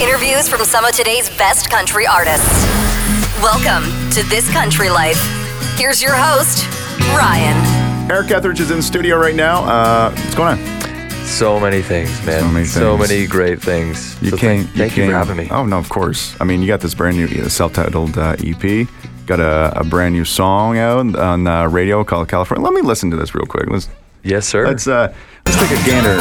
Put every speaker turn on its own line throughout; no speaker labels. interviews from some of today's best country artists. Welcome to This Country Life. Here's your host, Ryan.
Eric Etheridge is in studio right now. Uh, what's going on?
So many things, man.
So many things.
many great things.
You
So
came.
thank- Thank you, for having me.
Oh no, of course. I mean, you got this brand new self-titled uh, EP. Got a, a brand new song out on uh, radio called California. Let me listen to this real quick. Let's
Yes, sir.
let's uh, let's take a gander.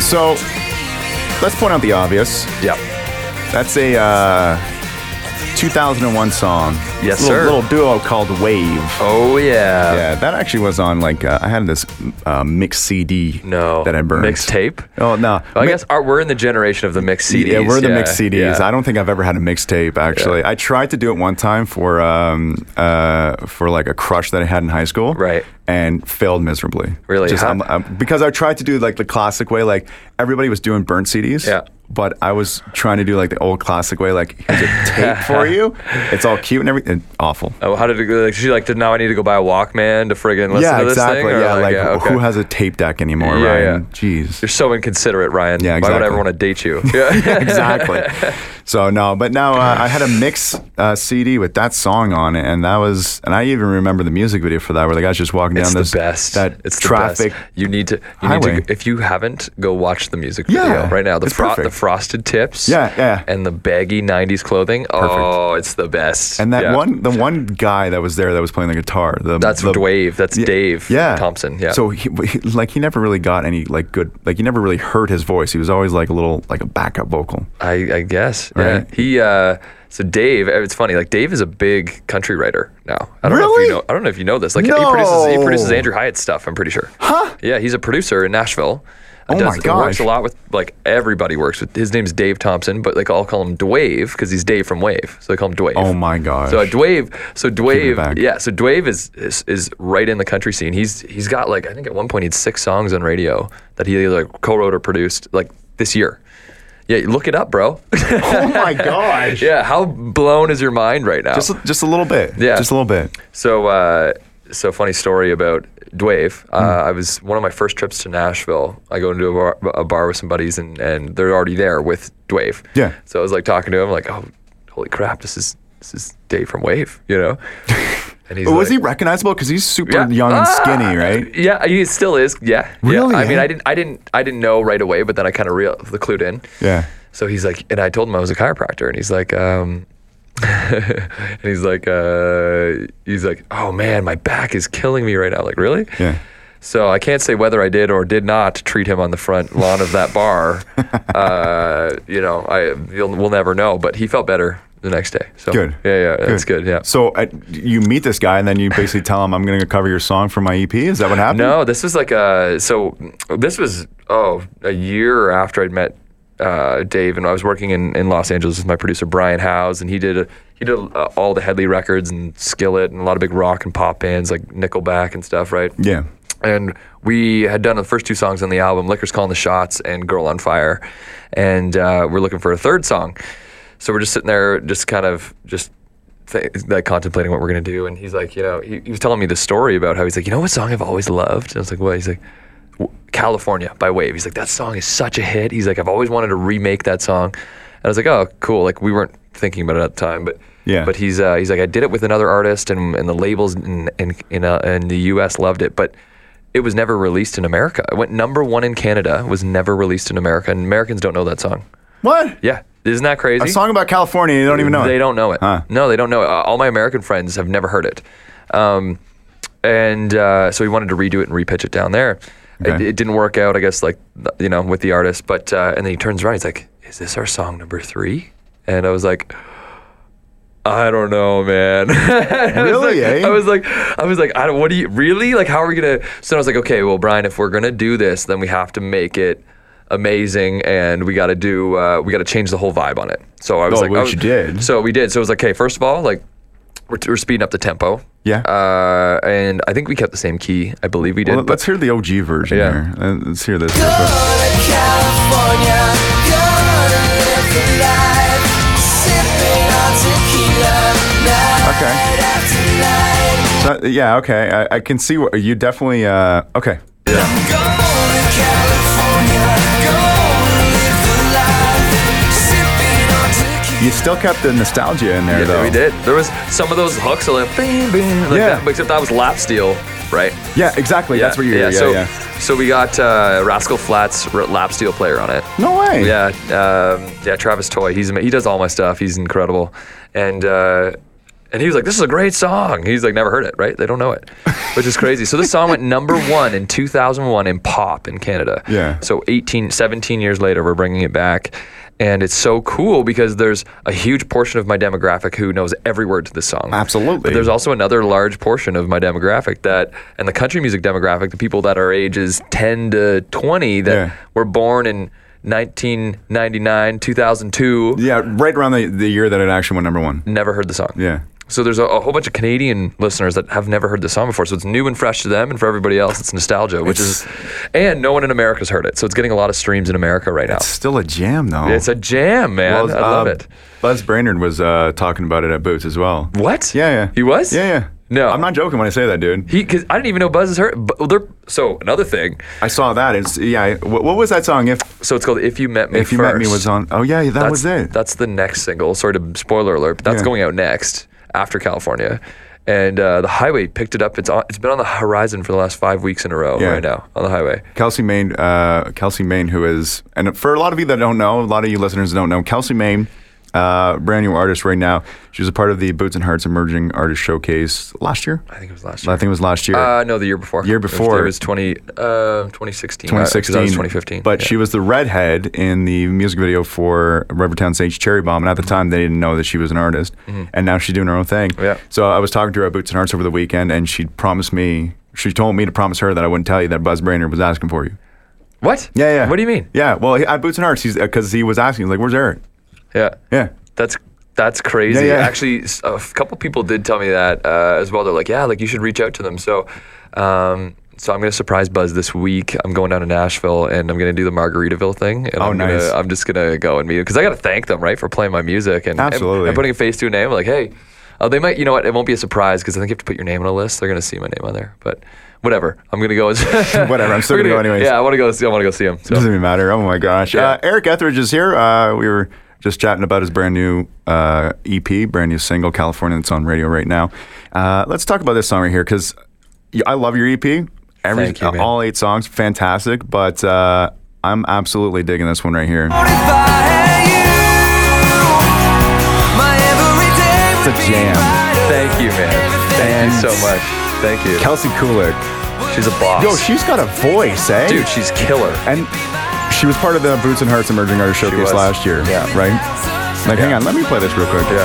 So let's point out the obvious.
yeah.
That's a uh, 2001 song.
Yes,
little,
sir.
Little duo called Wave.
Oh yeah.
Yeah, that actually was on like uh, I had this uh, mixed CD
No.
that I burned.
Mixtape?
Oh no,
I
Mi-
guess our, we're in the generation of the mixed CDs.
Yeah, we're the
yeah,
mixed CDs.
yeah.
I don't think I've ever had a mixtape actually. I tried to do it one time for um uh for like a crush that I had in high school.
Right.
And failed miserably.
Really?
Just,
How-
I'm, I'm- because I tried to do like the classic way, like everybody was doing burnt CDs.
Yeah.
But I was trying to do like the old classic way, like here's a tape for you. It's all cute and everything. and Awful.
Oh, how did it go? Like, she like, did now I need to go buy a Walkman to friggin' listen
yeah,
to this
exactly.
thing? Or,
yeah, like
yeah, okay.
who has a tape deck anymore,
Yeah,
Ryan?
yeah.
Jeez.
You're so inconsiderate, Ryan.
Yeah,
Why would I ever
exactly.
want to date you? Yeah.
exactly. So no, but now uh, I had a mix uh, CD with that song on it, and that was, and I even remember the music video for that, where the guy's just walking
It's
down
the
this
best.
that
it's The
traffic.
best. You need to. You
highway.
need to. If you haven't, go watch the music
Yeah,
video right now. The
it's
fro-
perfect.
the frosted tips.
Yeah, yeah.
And the baggy '90s clothing. Oh, it's the best.
And that
Yeah.
one, the one guy that was there that was playing the guitar, the
That's
the,
Dave. That's
Yeah,
Dave.
yeah.
Thompson. Yeah.
So he, he- like he never really got any like good, like you never really heard his voice. He was always like a little like a backup vocal.
I, I guess.
Right.
Yeah. He. Uh, so Dave, it's funny. Like Dave is a big country writer now. I don't know
Really?
if you know. I don't know if you know this. Like he produces. He produces
No.
Andrew Hyatt stuff. I'm pretty sure. Huh? Yeah. He's a producer in Nashville.
Oh my
Works
gosh.
a lot with like everybody works with. His name's Dave Thompson, but like I'll call him Dwave because he's Dave from Wave, so they call him Dwave.
Oh my gosh.
So uh, Dwave, so
back.
Dwave, yeah, so Dwave is, is is right in the country scene. He's he's got like I think at one point he had six songs on radio that he either co-wrote or produced like this year. Yeah, look it up, bro.
oh my gosh.
yeah, how blown is your mind right now?
Just, just a little bit.
Yeah.
Just a little bit.
So, uh, so funny story about Dwave. Uh,
Hmm.
I was one of my first trips to Nashville. I go into a bar, a bar with some buddies, and, and they're already there with Dwave.
Yeah.
So I was like talking to him, like, oh, holy crap, this is this is Dave from Wave, you know. And he's
But was
like-
he recognizable? Because he's super
Yeah.
young and
Ah!
skinny, right?
Yeah, he still is. Yeah.
Really,
Yeah. I mean,
eh?
I didn't, I didn't, I didn't know right away, but then I kind of real the clued in.
Yeah.
So he's like, and I told him I was a chiropractor, and he's like, um, and he's like, uh, he's like, oh man, my back is killing me right now. Like, really?
Yeah.
So I can't say whether I did or did not treat him on the front lawn of that bar. uh, you know, I you'll, we'll never know, but he felt better the next day. So
Good.
Yeah, yeah, that's good. Yeah.
So uh, you meet this guy, and then you basically tell him, "I'm going to cover your song for my EP." Is that what happened?
No, this was like a so this was oh a year after I'd met uh, Dave and I was working in, in Los Angeles with my producer Brian Howes and he did a, he did uh, all the Headley records and Skillet and a lot of big rock and pop bands like Nickelback and stuff, right?
Yeah.
and we had done the first two songs on the album liquor's calling the shots and girl on fire and uh, we're looking for a third song so we're just sitting there just kind of just th- like contemplating what we're going to do and he's like you know he, he was telling me the story about how he's like you know what song i've always loved and i was like what he's like "W- california by wave he's like that song is such a hit he's like i've always wanted to remake that song and i was like oh cool like we weren't thinking about it at the time but
Yeah.
but he's uh, he's like I did it with another artist and and the labels in in in, uh, in the U.S. loved it, but it was never released in America. It went number one in Canada, was never released in America, and Americans don't know that song.
What?
Yeah, isn't that crazy?
A song about California? You don't even know.
They
it.
don't know it.
Huh.
No, they don't know it. Uh, all my American friends have never heard it. Um, and uh, so he wanted to redo it and repitch it down there. It,
Okay.
it didn't work out, I guess, like, th- you know, with the artist. But, uh, and then he turns around, he's like, is this our song number three? And I was like, I don't know, man. I was
Really,
like-
eh?
I was like, I was like, I don't. What do you really like? How are we gonna? So I was like, okay, well, Brian, if we're gonna do this, then we have to make it amazing, and we got to do, uh, we got to change the whole vibe on it. So I was
Oh,
like,
which
I was-
you did.
So we did. So it was like, okay, first of all, like, we're, we're speeding up the tempo.
Yeah.
Uh, and I think we kept the same key. I believe we did.
Well,
but
let's hear the OG version
Yeah.
here. Uh, Let's hear this. Okay. So- yeah, okay. I, I can see what you definitely. Uh, okay. You still kept the nostalgia in there,
Yeah,
though.
we did. There was some of those hooks that like, bing, bing, like
Yeah.
that, but except that was lap steel, right?
Yeah, exactly. That's what you. Yeah, yeah,
so,
yeah.
so we got uh, Rascal Flats r- lap steel player on it.
No way.
Yeah, um, yeah. Travis Toy, he's ama- he does all my stuff. He's incredible, and uh, and he was like, "This is a great song." He's like, "Never heard it, right? They don't know it," which is crazy. so this song went number one in 2001 in pop in Canada.
Yeah.
So 18, 17 years later, we're bringing it back. And it's so cool because there's a huge portion of my demographic who knows every word to this song.
Absolutely.
But there's also another large portion of my demographic that, and the country music demographic, the people that are ages 10 to 20 that
Yeah.
were born in 1999, 2002,
Yeah, right around the, the year that it actually went number one.
never heard the song.
Yeah.
So there's a, a whole bunch of Canadian listeners that have never heard the song before. So it's new and fresh to them, and for everybody else, it's nostalgia, which is, and no one in America's heard it. So it's getting a lot of streams in America right now.
It's still a jam, though.
It's a jam, man. I love
uh,
it.
Buzz Brainerd was uh, talking about it at Boots as well.
What?
Yeah, yeah.
He was?
Yeah, yeah.
No.
I'm not joking when I say that, dude.
He, cause I didn't even know Buzz is hurt. But they're, so another thing.
I saw that. It's yeah. I- What, what was that song? If
So it's called "If You Met Me."
if you met me
First.
was on. Oh yeah, that
That's,
was it.
That's the next single. Sorry to spoiler alert, but that's
Yeah.
going out next after California, and uh, the highway picked it up. It's on, it's been on the horizon for the last five weeks in a row
Yeah.
right now on the highway.
Kelsey Maine, uh, Kelsey Maine, who is, and for a lot of you that don't know, a lot of you listeners don't know, Kelsey Maine, uh, brand new artist right now. She was a part of the Boots and Hearts Emerging Artist Showcase last year.
I
I
think it was last year.
think it was last year.
Uh, no, the year before.
Year
It was-
before.
It was 20, uh, 2016.
2016.
Uh, 'cause I was 2015.
But
yeah.
she was the redhead in the music video for Rivertown Sage Cherry Bomb. And at the time, they didn't know that she was an artist. And now she's doing her own thing.
Mm-hmm. Yeah.
So I was talking to her at Boots and Hearts over the weekend, and she promised me, she told me to promise her that I wouldn't tell you that Buzz Brainerd was asking for you.
What?
Yeah, yeah.
What do you mean?
Yeah. Well, he- at Boots and Hearts, he's because he was asking, he's like, where's Eric?
Yeah.
Yeah.
That's that's crazy.
Yeah, yeah.
Actually, s- a f- couple people did tell me that uh, as well. They're like, yeah, like you should reach out to them. So, um, so I'm gonna surprise Buzz this week. I'm going down to Nashville and I'm gonna do the Margaritaville thing. And
Oh,
I'm
nice.
Gonna, I'm just gonna go and meet because I gotta thank them right for playing my music and and-
Absolutely.
and, putting a face to a name. Like, hey, uh, they might. You know what? It won't be a surprise because I think you have to put your name on a list. They're gonna see my name on there, but. Whatever, I'm gonna go. whatever,
I'm still gonna go anyways.
Yeah, I want to go. See, I want to go see him. So.
Doesn't even matter. Oh my gosh.
Yeah.
Uh, Eric Etheridge is here. Uh, we were just chatting about his brand new uh, EP, brand new single, California, that's on radio right now. Uh, let's talk about this song right here because I love your EP. Every,
Thank you, man.
all eight songs, fantastic. But uh, I'm absolutely digging this one right here. It's a jam.
Thank you, man. Thank you so much. Thank you.
Kelsey Kulik.
She's a boss.
Yo, she's got a voice, eh?
Dude, she's killer.
And she was part of the Boots and Hearts Emerging Artist Showcase
was.
last year.
Yeah.
Right? Like, hang
Yeah.
on, let me play this real quick.
Yeah.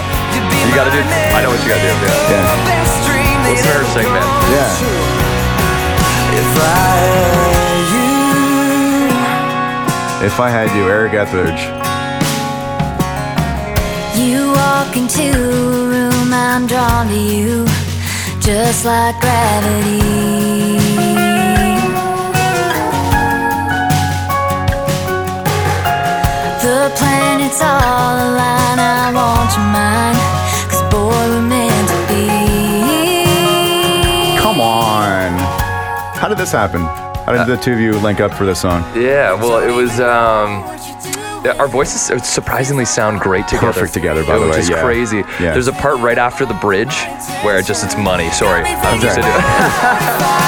You gotta do. I know what you gotta do. Yeah.
Yeah.
Listen to her sing, man.
Yeah. If I had you, Eric Etheridge.
You walk into a room, I'm drawn to you, just like gravity. The planets all align, I want your mind, cause boy, we're meant to be.
Come on. How did this happen? How
Uh,
did the two of you link up for this song?
Yeah. Well, it was. Um, yeah, our voices surprisingly sound great together.
Perfect together, by the
which
way,
is
yeah.
crazy.
Yeah.
There's a part right after the bridge where it just it's money. Sorry, I'm just
Okay.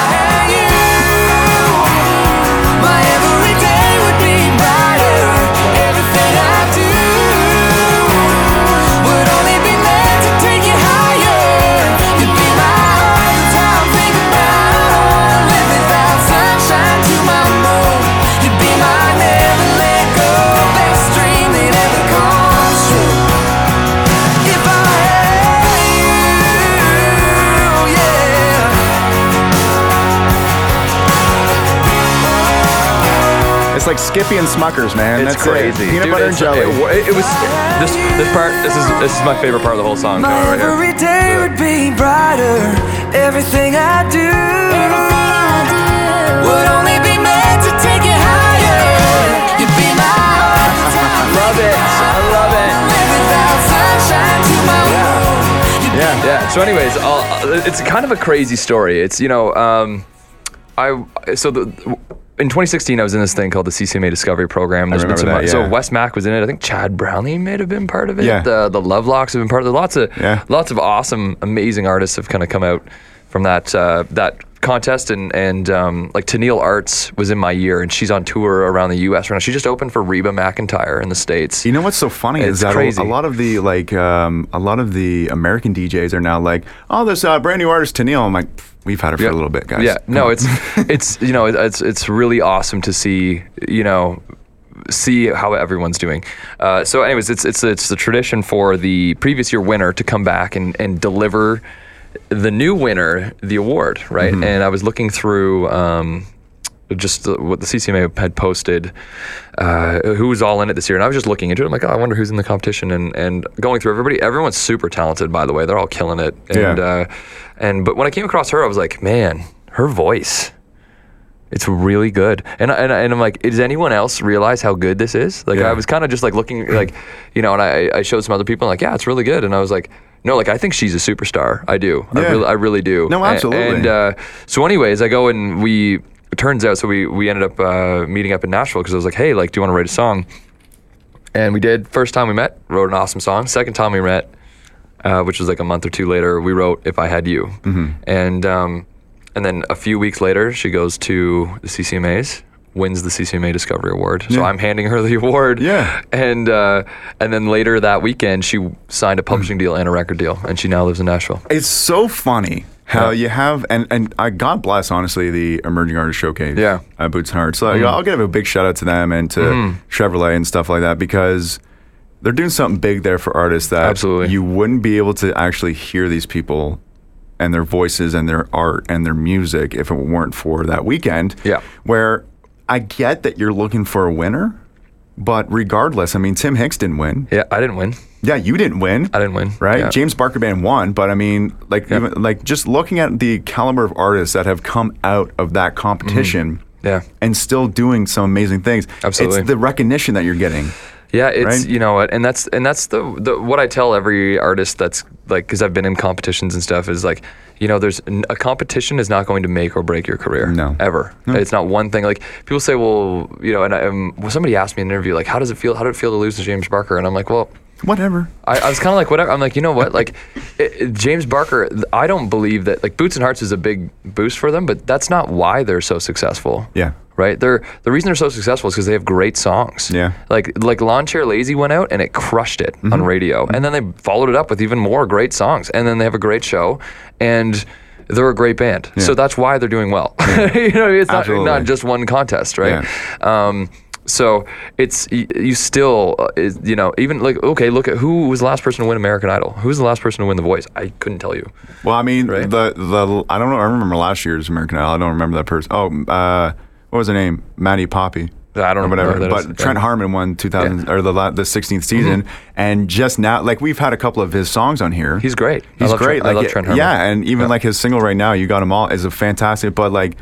If I had you, yeah.
It's like Skippy and Smuckers, man.
It's
That's
crazy.
It. Peanut
Dude,
butter and
it's-
jelly.
It, wa- it was this this part. This is this is my favorite part of the whole song.
My
right here.
every day would be brighter. Everything I do would only be meant to take it higher. You'd be my
Love it. I love it.
living without sunshine to my
Yeah.
yeah.
world.
Yeah. So, anyways, I'll, uh, it's kind of a crazy story. It's you know, um, I so the. In 2016, I was in this thing called the CCMA Discovery Program. There's been
remember
some,
that,
so
yeah.
Wes Mack was in it. I think Chad Brownlee may have been part of it.
Yeah.
The the Lovelocks have been part of it. Lots of
Yeah.
lots of awesome, amazing artists have kind of come out from that uh, that contest. And and um, like Tennille Arts was in my year, and she's on tour around the U.S. right now. She just opened for Reba McIntyre in the states.
You know what's so funny
It's
is that a-
crazy.
a lot of the like um, a lot of the American DJs are now like, oh, this uh, brand new artist Tennille. I'm like, "Pff, we've had her for a little bit, guys.
Yeah,
Come
no,
on."
it's it's you know it- it's it's really awesome to see you know see how everyone's doing. Uh, so, anyways, it's it's it's the tradition for the previous year winner to come back and and deliver the new winner the award, right?
Mm-hmm.
And I was looking through. Um, just the, what the CCMA had posted, uh, who was all in it this year, and I was just looking into it. I'm like, oh, I wonder who's in the competition, and and going through everybody. Everyone's super talented, by the way. They're all killing it. And
Yeah.
uh, and but when I came across her, I was like, man, her voice. It's really good, and I- and I- and I'm like, does anyone else realize how good this is? Like,
Yeah.
I was kind of just like looking, like, you know, and I, I showed some other people, like, yeah, it's really good, and I was like, no, like, I think she's a superstar. I do, I
Yeah.
really, I really do.
No,
A-
absolutely.
And uh, so, anyways, I go and we it turns out, so we we ended up uh, meeting up in Nashville because I was like, hey, like, do you want to write a song? And we did. First time we met, wrote an awesome song. Second time we met, uh, which was like a month or two later, we wrote "If I Had You,"
Mm-hmm.
and um, and then a few weeks later, she goes to the CCMAs, wins the CCMA Discovery Award. So I'm handing her the award.
Yeah.
And uh, and then later that weekend, she signed a
Mm.
publishing deal and a record deal, and she now lives in Nashville.
It's so funny how you have and and I God bless honestly the emerging artist showcase.
Yeah. Mm.
uh, Boots and Hearts. So like, I'll give a big shout out to them and to
Mm-hmm.
Chevrolet and stuff like that because they're doing something big there for artists that
Absolutely.
you wouldn't be able to actually hear these people and their voices and their art and their music if it weren't for that weekend.
Yeah.
where I get that you're looking for a winner. But regardless, I mean, Tim Hicks didn't win.
Yeah, I didn't win.
Yeah, you didn't win
I didn't win.
right?
Yeah.
James Barker Band won, but I mean, like,
Yep.
even, like just looking at the caliber of artists that have come out of that competition,
Mm-hmm. Yeah.
and still doing some amazing things.
Absolutely.
it's the recognition that you're getting.
Yeah, it's
Right?
you know, and that's and that's the, the what I tell every artist that's like because I've been in competitions and stuff is like you know, there's n- a competition is not going to make or break your career.
No.
ever. It's not one thing. Like people say, well, you know, and I, um, well, somebody asked me in an interview like, how does it feel? How did it feel to lose to James Barker? And I'm like, well.
Whatever.
I, I was kind of like whatever. I'm like, you know what? Like, it, it- James Barker. th- I don't believe that. Like, Boots and Hearts is a big boost for them, but that's not why they're so successful.
Yeah.
Right. They're the reason they're so successful is because they have great songs.
Yeah. Mm-hmm.
Like like Lawn Chair Lazy went out and it crushed it on radio, and then they followed it up with even more great songs, and then they have a great show, and. They're a great band, so that's why they're doing well. you know, it's not,
Absolutely.
not just one contest, right? Um, so it's y- you still, uh, is, you know, even like okay, look at who was the last person to win American Idol. Who was the last person to win The Voice? I couldn't tell you.
Well, I mean,
Right.
the the I don't know. I remember last year's American Idol. I don't remember that person. Oh, uh, what was her name? Maddie Poppy.
I don't
or
know
whatever.
who that
but
is.
Trent
Yeah. Mm-hmm.
Harmon won 2000 or the la- the 16th season, and just now, like we've had a couple of his songs on here.
He's great. I
He's
love
great.
Trent- I
like,
love Trent Harmon.
Yeah, and even like his single right now, you got him all is a fantastic. But like,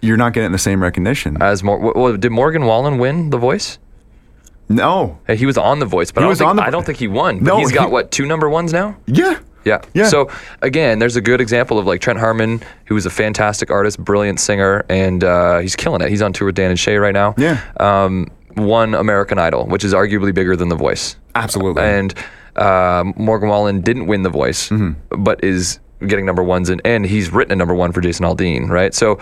you're not getting the same recognition.
As more, well, did Morgan Wallen win The Voice?
no.
Hey, he was on The Voice, but
He
I, don't
was
think,
on The
I don't
Vo-
think he won. But
No,
he's got
he-
what two number ones now?
Yeah.
Yeah.
Yeah.
So again, there's a good example of like Trent Harmon, who is a fantastic artist, brilliant singer, and uh, he's killing it. He's on tour with Dan and Shay right now.
Yeah.
Um, won American Idol, which is arguably bigger than The Voice,
Absolutely.
and uh, Morgan Wallen didn't win The Voice,
Mm-hmm.
but is getting number ones, and and he's written a number one for Jason Aldean, right? So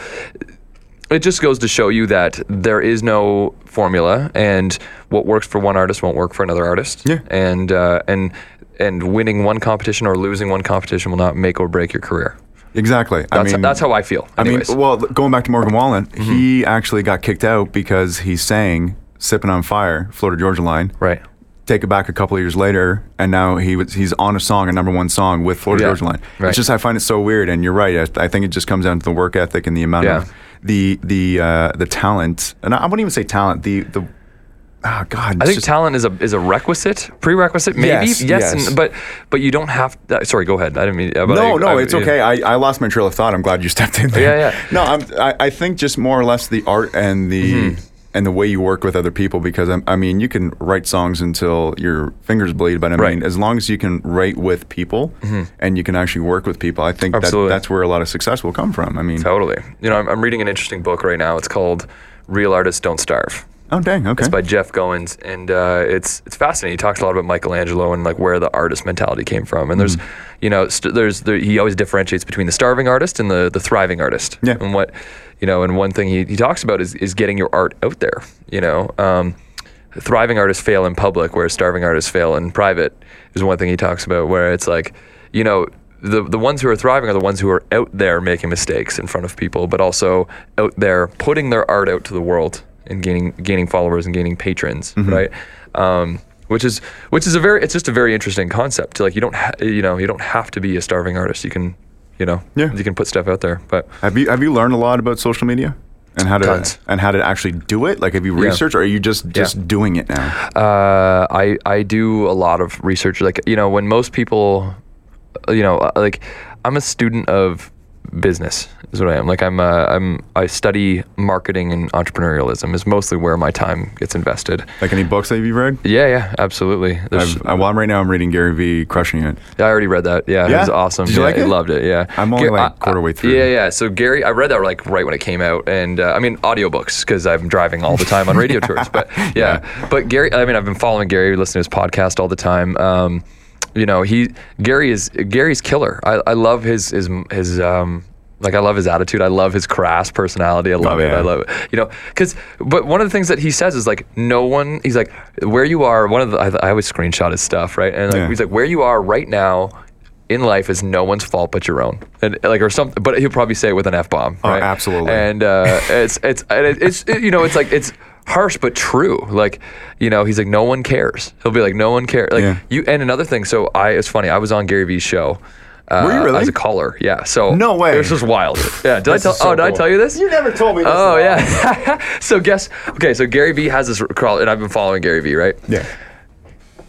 it just goes to show you that there is no formula, and what works for one artist won't work for another artist.
Yeah.
And uh, and and winning one competition or losing one competition will not make or break your career.
exactly. I
That's
mean,
that's how I feel.
I mean,
Anyways. Mm-hmm.
well, going back to Morgan Wallen, he actually got kicked out because he sang "Sipping on Fire," Florida Georgia Line.
right.
Take it back a couple of years later, and now he was he's on a song, a number one song with Florida
Yeah,
Georgia Line.
right.
It's just I find it so weird, and you're right. I, I think it just comes down to the work ethic and the amount
Yeah.
of the the uh, the talent, and I, I wouldn't even say talent. The the oh god,
I
it's
think
just-
talent is a is a requisite, prerequisite, maybe.
Yes, yes.
and, but but you don't have. uh, sorry, go ahead. I didn't mean. uh, but
No,
I-
no,
I-
it's okay. I, I lost my trail of thought. I'm glad you stepped in there.
Yeah, yeah. Mm-hmm.
No, I'm, I, I think just more or less the art and the and the way you work with other people because I'm, I mean you can write songs until your fingers bleed, but I
Right. Mm-hmm.
mean as long as you can write with people and you can actually work with people, I think that,
Absolutely.
that's where a lot of success will come from. I mean,
Totally. You know, I'm, I'm reading an interesting book right now. It's called Real Artists Don't Starve.
oh dang, okay,
It's by Jeff Goins, and uh, it's it's fascinating. He talks a lot about Michelangelo and like where the artist mentality came from. And there's,
Hmm.
you know, st- there's there, he always differentiates between the starving artist and the the thriving artist.
Yeah.
And what, you know, and one thing he, he talks about is is getting your art out there. You know, um, thriving artists fail in public, whereas starving artists fail in private. Is one thing he talks about where it's like, you know. The, the ones who are thriving are the ones who are out there making mistakes in front of people, but also out there putting their art out to the world and gaining gaining followers and gaining patrons, right? Um, which is which is a very it's just a very interesting concept. To like you don't ha- you know you don't have to be a starving artist. You can you know
Yeah.
you can put stuff out there. But
Have you have you learned a lot about social media and how to
Tons.
and how to actually do it? Like, have you researched, or are you just just doing it now?
uh, I I do a lot of research. Like you know when most people you know uh, like I'm a student of business is what I am. Like I'm uh, I'm I study marketing and entrepreneurialism is mostly where my time gets invested.
Like any books that you've read?
Yeah, yeah, absolutely. There's,
I've, I, well, I'm right now. I'm reading Gary Vee, crushing it.
Yeah, I already read that. Yeah, it
Yeah?
was awesome.
Did you
yeah,
like
I
it?
loved it. Yeah,
I'm only, like,
I-
quarter way through.
Yeah, yeah. So Gary, I read that like right when it came out, and uh, I mean audiobooks because I'm driving all the time on radio tours. But yeah. but Gary, I mean, I've been following Gary, listening to his podcast all the time. Um, you know, he Gary is Gary's killer. I, I love his his his um. Like I love his attitude. I love his crass personality. I love it.
Oh, yeah.
I love it. You know, because but one of the things that he says is like no one. He's like where you are. One of the I, I always screenshot his stuff right, and like,
Yeah.
he's like where you are right now in life is no one's fault but your own, and like or something. But he'll probably say it with an f bomb.
Oh, absolutely.
And uh, it's it's and it, it's it- you know it's like it's harsh but true. Like you know he's like no one cares. He'll be like no one cares. Like
Yeah.
you and another thing. So I it's funny. I was on Gary Vee's show. Uh,
Were you really?
As a caller, yeah. So
No way.
This was wild. Yeah. Did I
This
tell?
is so
oh, did I
cool.
tell you this?
never told me. This
Oh yeah. so guess. Okay. So Gary Vee has this crawl, and I've been following Gary Vee, right?
Yeah.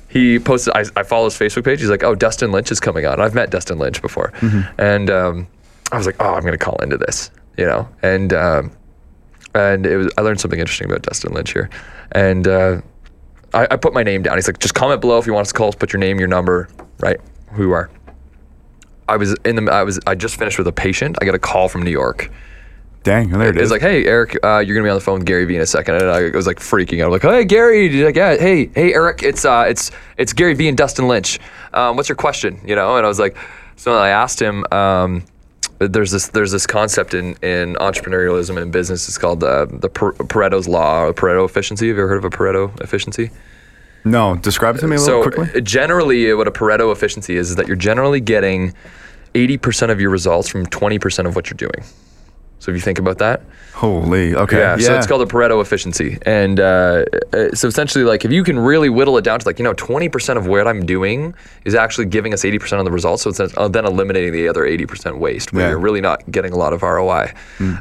he posted I, I follow his facebook page he's like oh dustin lynch is coming on i've met dustin lynch before and um, i was like oh i'm going to call into this you know and um, and it was i learned something interesting about dustin lynch here and uh, I, I put my name down he's like just comment below if you want us to call us put your name your number right who you are i was in the i was i just finished with a patient i got a call from new york
Dang, well, there it is.
it's like, hey, Eric, uh, you're gonna be on the phone with Gary Vee in a second, and I was like freaking out. I'm like, hey, Gary, He's like, yeah, hey, hey, Eric, it's uh, it's it's Gary Vee and Dustin Lynch. Um, what's your question? You know, and I was like, so I asked him. Um, there's this there's this concept in in entrepreneurialism and business. It's called uh, the Per- Pareto's law or Pareto efficiency. Have you ever heard of a Pareto efficiency?
no, describe it to me a little
so
quickly.
uh, generally uh, what a pareto efficiency is is that you're generally getting 80% of your results from 20% of what you're doing so if you think about that
Holy, okay,
yeah, so it's called a Pareto efficiency, and uh, uh, so essentially, like if you can really whittle it down to like you know twenty percent of what I'm doing is actually giving us eighty percent of the results, so it's uh, then eliminating the other eighty percent waste, where
Yeah. Hmm.
you're really not getting a lot of ROI.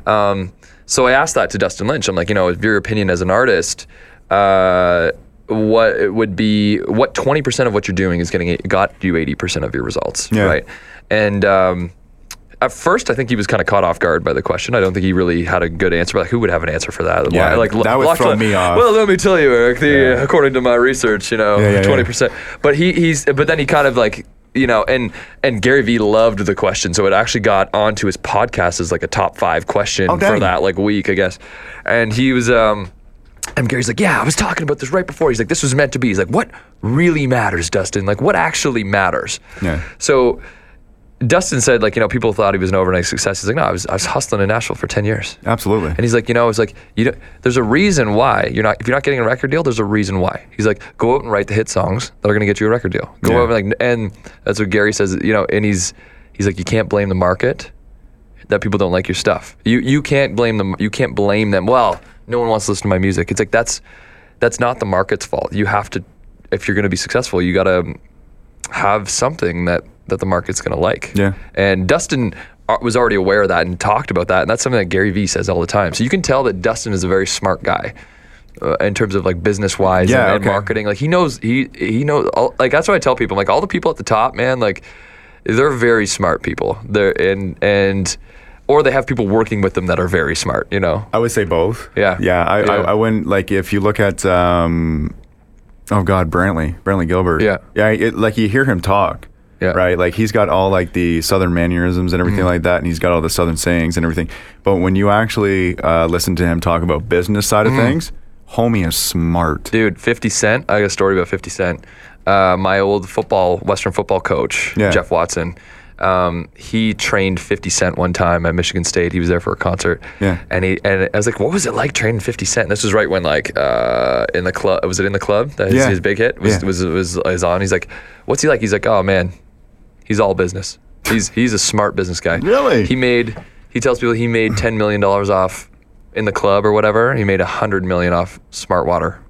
Um, so I asked that to Dustin Lynch. I'm like, you know, if your opinion as an artist. Uh, what it would be what 20% of what you're doing is getting got you 80% of your results
Yeah.
right and um, at first, I think he was kind of caught off guard by the question. I don't think he really had a good answer. But like, who would have an answer for that?
Yeah, that would
lots
throw
of-
me off.
Well, let me tell you, Eric. The
Yeah.
according to my research, you
Yeah, yeah,
know,
yeah.
twenty percent. But he, he's but then he kind of like you know, and and Gary Vee loved the question, so it actually got onto his podcast as like a top five question
Oh,
for
dang.
that like week, I guess. And he was um. And Gary's like, yeah, I was talking about this right before. He's like, this was meant to be. He's like, what really matters, Dustin? Like, what actually matters?
Yeah.
So Dustin said, like, you know, people thought he was an overnight success. He's like, no, I was, I was hustling in Nashville for 10 years.
absolutely.
And he's like, you know, it's like, you don't, there's a reason why you're not, if you're not getting a record deal, there's a reason why. He's like, go out and write the hit songs that are going to get you a record deal. Go
Yeah.
out and like, and that's what Gary says, you know, and he's, he's like, you can't blame the market that people don't like your stuff. You, you can't blame them. You can't blame them. Well, no one wants to listen to my music. It's like, that's, that's not the market's fault. You have to, if you're going to be successful, you got to have something that that the market's going to like.
Yeah.
And Dustin uh, was already aware of that and talked about that, and that's something that Gary Vee says all the time. So you can tell that Dustin is a very smart guy. Uh, in terms of like business wise
Yeah,
and, and
okay.
marketing, like he knows he he knows all, like that's what I tell people. I'm like all the people at the top, man, like they're very smart people. They're and and or they have people working with them that are very smart. You know,
I would say both.
Yeah.
Yeah. I, I,
Yeah.
I wouldn't like if you look at um, oh god, Brantley, Brantley Gilbert.
Yeah.
Yeah. It, like you hear him talk.
Yeah. Mm-hmm.
Right. Like he's got all like the southern mannerisms and everything like that, and he's got all the southern sayings and everything. But when you actually uh, listen to him talk about business side
Mm-hmm.
of things, homie is smart.
dude, Fifty Cent. I got a story about Fifty Cent. Uh, my old football, Western football coach,
Yeah.
Jeff Watson. Um, he trained 50 Cent one time at Michigan State. He was there for a concert.
Yeah.
And he and I was like, what was it like training 50 Cent? And this was right when like uh, in the club was it in the club that his,
Yeah.
his big hit was,
Yeah.
was, was was on. He's like, what's he like? He's like, oh man, he's all business. He's he's a smart business guy.
Really?
He made he tells people he made 10 million dollars off in the club or whatever. He made 100 million off smart water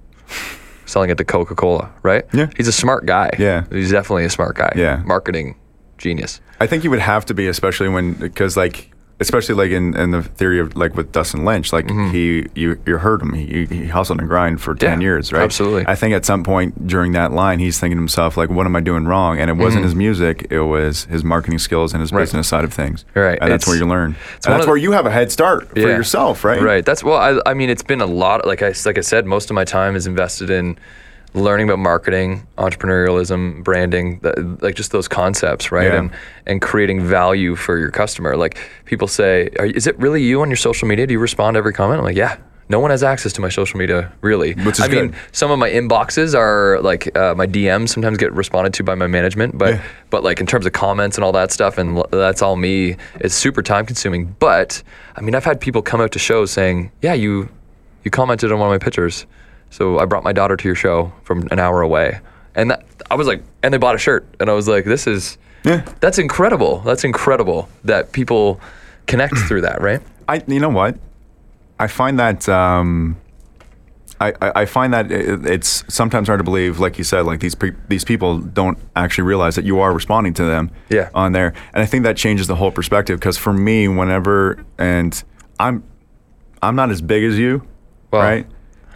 selling it to Coca Cola, right?
Yeah.
He's a smart guy.
Yeah.
He's definitely a smart guy.
Yeah.
Marketing genius.
I think you would have to be, especially when, because like, especially like in, in the theory of like with Dustin Lynch, like he you you heard him, he, he hustled and grind for ten
Mm-hmm. Yeah,
years, right?
absolutely.
I think at some point during that line, he's thinking to himself like, "What am I doing wrong?" And it
Mm-hmm.
wasn't his music; it was his marketing skills and his business side of things.
Right,
and that's
it's-
where you learn.
one
And that's
of-
where you have a head start for
Yeah.
yourself, right?
Right. That's well. I, I mean, it's been a lot. Like I like I said, most of my time is invested in learning about marketing, entrepreneurialism, branding, th- like just those concepts, right?
Yeah.
And and creating value for your customer. Like people say, Are, is it really you on your social media? Do you respond to every comment? I'm like, yeah. No one has access to my social media, really.
Which is
I mean,
good.
some of my inboxes are like uh, my DMs sometimes get responded to by my management, but
Yeah.
but like in terms of comments and all that stuff, and l- that's all me. It's super time consuming. But I mean, I've had people come out to shows saying, "Yeah, you you commented on one of my pictures, so I brought my daughter to your show from an hour away," and that I was like, and they bought a shirt, and I was like, "This is
Yeah.
that's incredible. That's incredible that people connect through that, right?"
I you know what? I find that um, I, I I find that it, it's sometimes hard to believe, like you said, like these pe- these people don't actually realize that you are responding to them
Yeah.
on there, and I think that changes the whole perspective. Because for me, whenever and I'm I'm not as big as you,
Well-
right?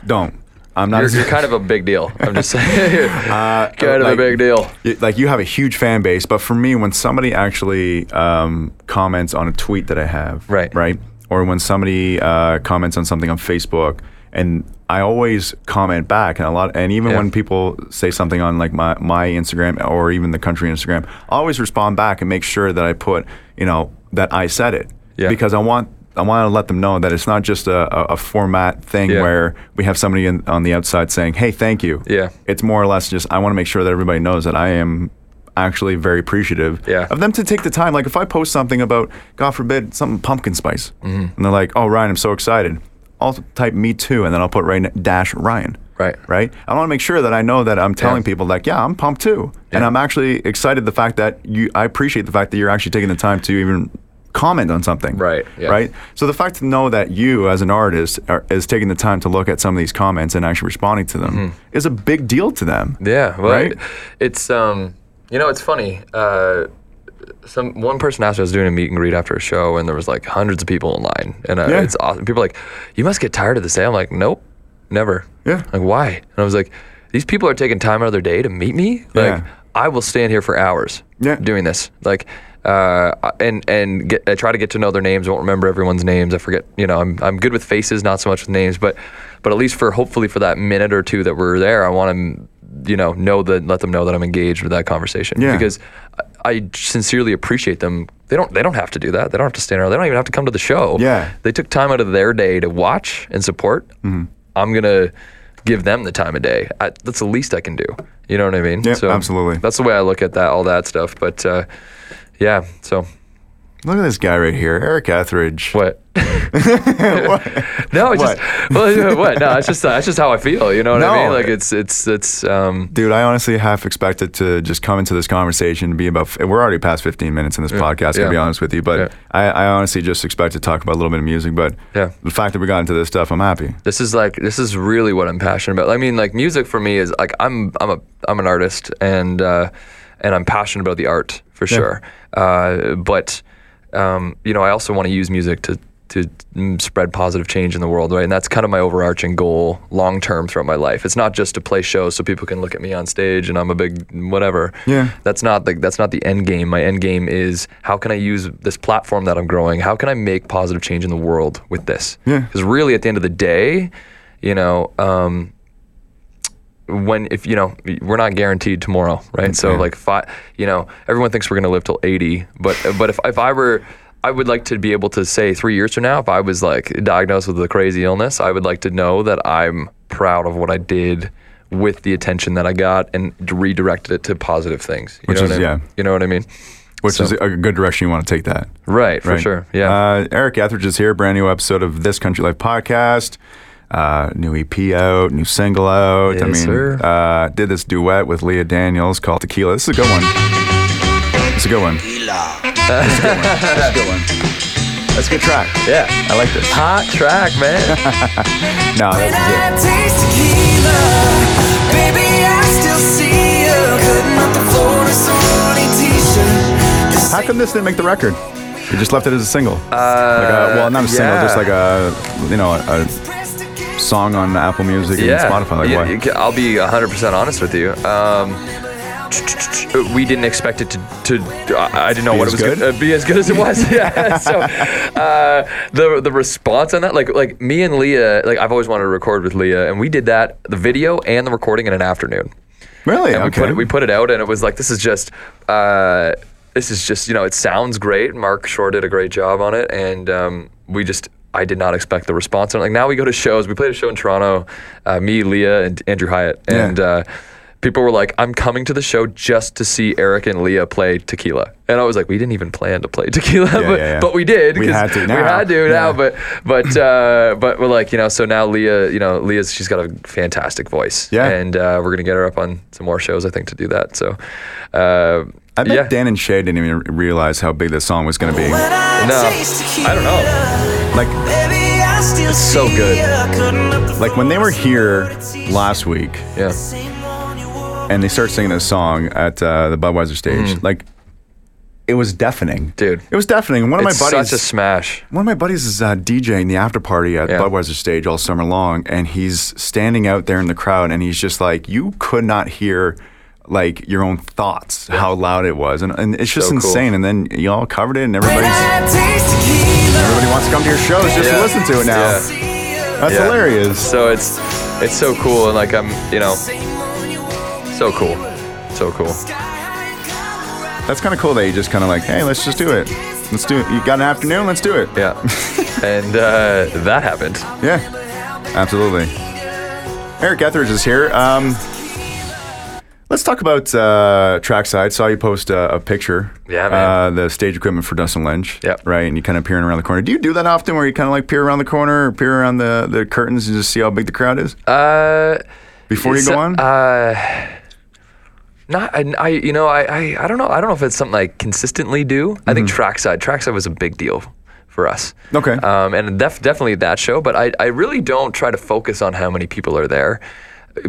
Don't I'm not
You're,
as
you're kind of a big deal. I'm just saying, kind of a
like-
big deal.
Y- like you have a huge fan base, but for me, when somebody actually um, comments on a tweet that I have,
Right.
right, or when somebody uh, comments on something on Facebook, and I always comment back, and a lot, and even
Yeah.
when people say something on like my my Instagram or even the country Instagram, I always respond back and make sure that I put, you know, that I said it,
Yeah.
because I want. I want to let them know that it's not just a, a, a format thing
Yeah.
where we have somebody in, on the outside saying, "Hey, thank you."
Yeah.
it's more or less just I want to make sure that everybody knows that I am actually very appreciative
Yeah.
of them to take the time. Like if I post something about, God forbid, something pumpkin spice, and they're like, "Oh, Ryan, I'm so excited." I'll type "me too" and then I'll put right ne- dash Ryan.
Right.
Right. I want to make sure that I know that I'm telling people like, "Yeah, I'm pumped too," and
Yeah.
I'm actually excited the fact that you. I appreciate the fact that you're actually taking the time to even comment on something.
Right, yeah.
Right. So the fact to know that you, as an artist, are, is taking the time to look at some of these comments and actually responding to them
Mm-hmm.
is a big deal to them.
Yeah, well,
Right?
it- It's um, you know, it's funny. Uh, some one person asked me, I was doing a meet and greet after a show, and there was like hundreds of people in line, and uh,
Yeah.
it's awesome. People are like, "You must get tired of this day." I'm like, "Nope, never."
Yeah.
Like, why? And I was like, "These people are taking time out of their day to meet me. Like,
Yeah.
I will stand here for hours
Yeah.
doing this. Like, uh, I- and and get, I try to get to know their names. I won't remember everyone's names. I forget. You know, I'm I'm good with faces, not so much with names. But but at least for hopefully for that minute or two that we're there, I want to you know know that let them know that I'm engaged with that conversation.
Yeah.
Because I, I sincerely appreciate them. They don't they don't have to do that. They don't have to stand around. They don't even have to come to the show.
Yeah. Mm-hmm.
They took time out of their day to watch and support. I'm gonna give them the time of day. I, that's the least I can do. You know what I mean?
Yeah, absolutely.
That's the way I look at that, all that stuff. But uh, yeah, so
Look at this guy right here, Eric Etheridge.
what? no, it's just well, what? No, it's just that's just how I feel. You know what I
No.
mean? Like it's it's it's um
Dude, I honestly half expected to just come into this conversation and be about. f- We're already past 15 minutes in this podcast,
yeah.
to be honest with you. But
Yeah.
I, I honestly just expect to talk about a little bit of music. But
Yeah.
the fact that we got into this stuff, I'm happy.
this is like this is really what I'm passionate about. I mean, like music for me is like I'm I'm a I'm an artist and uh, and I'm passionate about the art for sure. Uh, but um, you know, I also want to use music to to mm, spread positive change in the world, right? And that's kind of my overarching goal long term throughout my life. It's not just to play shows so people can look at me on stage and I'm a big whatever.
Yeah.
That's not the that's not the end game. My end game is how can I use this platform that I'm growing? How can I make positive change in the world with this?
Yeah.
Because really at the end of the day, you know, um, when if you know we're not guaranteed tomorrow right so
Yeah.
like if I, you know everyone thinks we're going to live till 80 but but if, if i were i would like to be able to say three years from now if i was like diagnosed with a crazy illness i would like to know that i'm proud of what i did with the attention that i got and d- redirected it to positive things you
Which
know
is-
what I,
yeah.
you know what i mean
which
So-
is a good direction you want to take that.
right for sure yeah
Uh, Eric Etheridge is here. Brand new episode of This Country Life podcast. Uh, new EP out, new single out. I
Yes,
mean,
sir.
Uh, did this duet with Leah Daniels called Tequila. This is a good one. It's a good one. Tequila. It's a good one. It's a good one. That's a good track.
yeah
I like this.
hot track man
No, that's
I taste tequila, baby, I still see you cutting up the floor in a Sony t-shirt.
it. How come this didn't make the record? You just left it as a single. Uh, like a, well, not a single,
yeah.
just like a you know a,
Pressed
a
against
song on Apple Music and
yeah
Spotify. Like
Yeah,
why?
you ca- i'll be 100% honest with you um, Uh, we didn't expect it to. to I I didn't know
Be
what
as
it was
good?
going to be as good as it was. yeah. So uh, the the response on that, like like me and Leah, like I've always wanted to record with Leah, and we did that the video and the recording in an afternoon.
really?
And
okay.
we put it, we put it out, and it was like this is just. Uh, this is just, you know, it sounds great. Mark Shore did a great job on it, and um, we just, I did not expect the response. And like now, we go to shows. We played a show in Toronto, uh, me, Leah, and Andrew Hyatt,
Yeah.
and uh, people were like, "I'm coming to the show just to see Eric and Leah play Tequila," and I was like, "We didn't even plan to play Tequila,
yeah,
but,
yeah.
but we did.
We
'cause
had to
We
now.
had to
Yeah.
now, but but uh, but we're like, you know, so now Leah, you know, Leah's she's got a fantastic voice.
Yeah.
And uh, we're gonna get her up on some more shows, I think, to do that. So uh,
I bet
yeah.
Dan and Shay didn't even realize how big this song was going to be.
When I
No,
taste tequila,
I don't know.
Like,
Baby, I still
so
see
good.
you cutting up the
like when they
floor
were
in a
here
Sony
last week
Yeah.
t-shirt.
and they started singing this song at uh, the Budweiser stage, like it was deafening,
Mm-hmm. Dude.
It was deafening. One of
It's
my buddies,
such a smash.
one of my buddies is uh, DJing the after party at
Yeah.
Budweiser stage all summer long, and he's standing out there in the crowd, and he's just like, you could not hear like your own thoughts, how loud it was, and, and it's just
So cool.
insane. And then y'all covered it, and
When
everybody's
I taste tequila,
everybody wants to come to your shows just to
Yeah.
listen to it now.
Yeah.
see you
That's
Yeah.
hilarious.
So it's it's so cool and like I'm you know so cool. So cool.
That's kind of cool that you just kind of like, hey, let's just do it. Let's do it. You got an afternoon? Let's do it.
Yeah. and uh, that happened.
Yeah, absolutely. Eric Etheridge is here. Um, let's talk about uh, trackside. Saw you post a, a picture.
Yeah, man.
Uh, the stage equipment for Dustin Lynch.
Yep.
Right, and you kind of peering around the corner. Do you do that often, where you kind of like peer around the corner or peer around the, the curtains and just see how big the crowd is
Uh
before you
So,
go on?
Uh, not I, I you know I, I I don't know I don't know if it's something I consistently do. I think trackside trackside was a big deal for us.
Mm-hmm. Okay.
Um, and def- definitely that show, but I I really don't try to focus on how many people are there,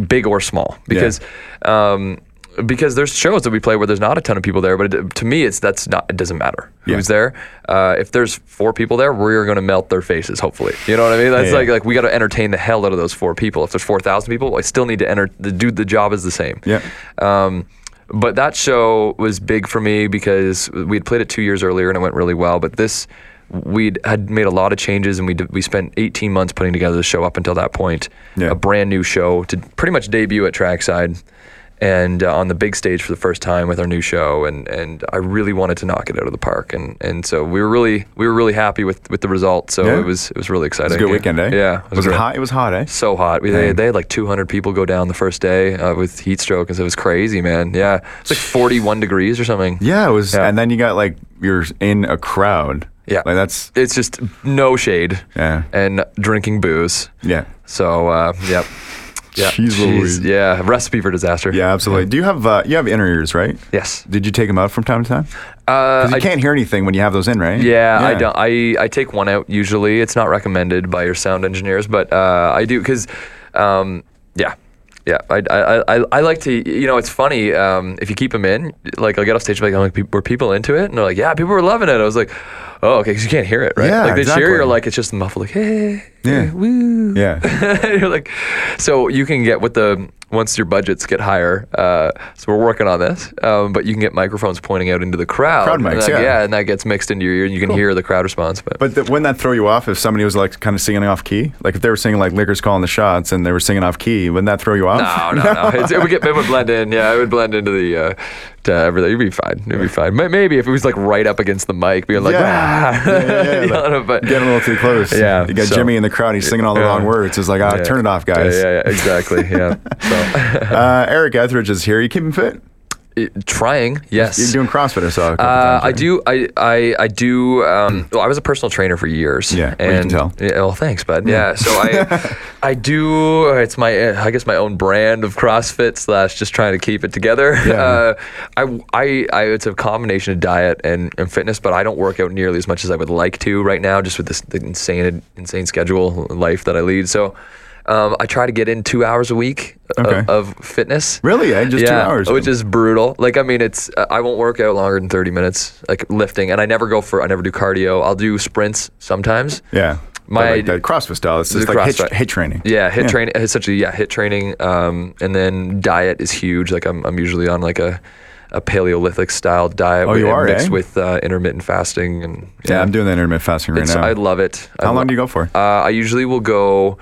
big or small, because. Um, because there's shows that we play where there's not a ton of people there, but it, to me, it's that's not it doesn't matter
Yeah.
who's there. Uh, if there's four people there, we're gonna melt their faces. Hopefully, you know what I mean. That's
Yeah.
like like we got to entertain the hell out of those four people. If there's four thousand people, I still need to enter. The dude, the job is the same.
Yeah.
Um, but that show was big for me because we had played it two years earlier and it went really well. But this, we had made a lot of changes and we did, we spent 18 months putting together the show up until that point.
Yeah.
A brand new show to pretty much debut at Trackside and uh, on the big stage for the first time with our new show and and I really wanted to knock it out of the park and and so we were really we were really happy with with the result so
Yeah?
it was it was really exciting.
it was a good weekend, eh?
Yeah.
Was, it
great.
hot? It was hot, eh?
So hot. We, they, they had like 200 people go down the first day uh, with heat stroke, and so it was crazy, man. Yeah, it's like 41 degrees or something.
Yeah, it was.
Yeah.
And then you got like you're in a crowd.
Yeah.
like that's
It's just no shade.
Yeah.
And drinking booze.
yeah.
So, uh, yep. Yeah.
Jeez Louise.
Yeah. Recipe for disaster.
Yeah, absolutely. Do you have uh, you have inner ears, right?
Yes.
Did you take them out from time to time?
Uh,
Because you
I-
can't hear anything when you have those in, right?
Yeah, I don't. I, I take one out usually. It's not recommended by your sound engineers, but uh, I do because, um, yeah, yeah. I, I, I, I like to. You know, it's funny. Um, if you keep them in, like I'll get off stage, like I'm like, "Pe- were people into it? And they're like, yeah, people were loving it. I was like, Oh, okay, because you can't hear it, right?
Yeah,
like the
exactly.
cheer, you're like it's just muffled, like hey,
Yeah.
woo.
Yeah.
you're like, so you can get with the once your budgets get higher. Uh, so we're working on this, um, but you can get microphones pointing out into the crowd.
Crowd mics,
and that-
yeah.
and that gets mixed into your ear, and you can hear the crowd response. But,
But th- wouldn't that throw you off if somebody was like kind of singing off key? Like if they were singing like Liquor's Calling the Shots and they were singing off key, wouldn't that throw you off?
Oh, no, no, no, it's, it would get it would blend in. Yeah, it would blend into the uh, to everything. You'd be fine. You'd be fine. May- Maybe if it was like right up against the mic, being like,
Yeah.
"Ah,"
Yeah, yeah, yeah, like,
yelling, but
Getting a little too close.
Yeah,
You got
so-
Jimmy in the crowd. He's singing all the
Yeah.
wrong words. It's like, ah,
Yeah.
turn it off, guys.
Yeah, yeah, yeah, exactly. Yeah. So,
Uh, Eric Etheridge is here. You keeping fit?
it- trying, yes.
You're doing CrossFit, I saw. A couple
Uh,
times,
I
right?
do. I I, I do. Um, well, I was a personal trainer for years.
Yeah, we can
and
tell.
Yeah, well, thanks, bud. Yeah, so I I do. It's my uh, I guess my own brand of CrossFit slash just trying to keep it together. Uh, I, I I it's a combination of diet and, and fitness, but I don't work out nearly as much as I would like to right now, just with this the insane insane schedule life that I lead. So. Um, I try to get in two hours a week of-
Okay.
of, fitness Oh,
Really? Eh? Just two hours?
which is brutal. Like I mean, it's uh, I won't work out longer than thirty minutes, like lifting, and I never go for I never do cardio. I'll do sprints sometimes.
Yeah.
My-
My like the CrossFit style. It's just
the
like hit,
CrossFit.
hit training.
Yeah, hit training. Essentially, yeah, hit training. Um, and then diet is huge. Like I'm, I'm usually on like a, a Paleolithic style diet.
Oh,
with-
you are, eh?
mixed with uh, intermittent fasting and
Yeah, I'm doing the intermittent fasting right
It's,
now.
I love it. I
How
lo-
long do you go for?
Uh, I usually will go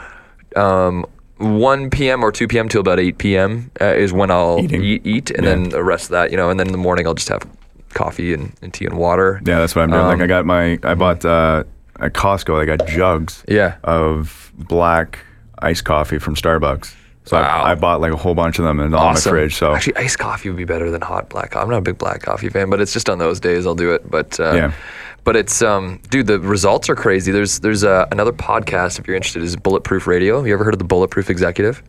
um, 1 p.m. or 2 p.m. till about 8 p.m. Uh, is when I'll
Eating.
eat, eat, and
Yeah.
then the rest of that, you know, and then in the morning I'll just have coffee and, and tea and water.
yeah, that's what I'm doing. like
um,
I got my, I bought uh, at Costco. I got jugs.
Yeah.
Of black iced coffee from Starbucks. So
Wow.
I, I bought like a whole bunch of them and on my
Awesome.
fridge. So
actually, iced coffee would be better than hot black coffee. I'm not a big black coffee fan, but it's just on those days I'll do it. But uh,
Yeah.
but it's um, dude, the results are crazy. There's there's uh, another podcast if you're interested is Bulletproof Radio. Have you ever heard of the Bulletproof Executive?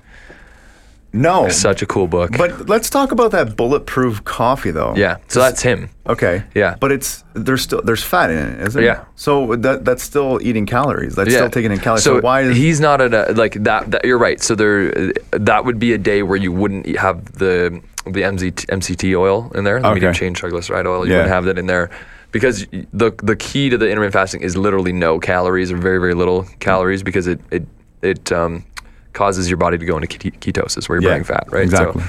no,
Such a cool book.
but let's talk about that bulletproof coffee though.
yeah, so that's him.
Okay.
Yeah.
But it's there's still there's fat in it, isn't
Yeah.
it? So that that's still eating calories. That's still taking in calories. So, why is
he's not at a like that, that? You're right. So there, that would be a day where you wouldn't eat- have the the MZT, MCT oil in there, the
Okay.
medium chain triglyceride oil. You
Yeah.
wouldn't have that in there because y- the the key to the intermittent fasting is literally no calories or very very little calories because it it it um, causes your body to go into kete- ketosis where you're
Yeah,
burning fat, right?
exactly.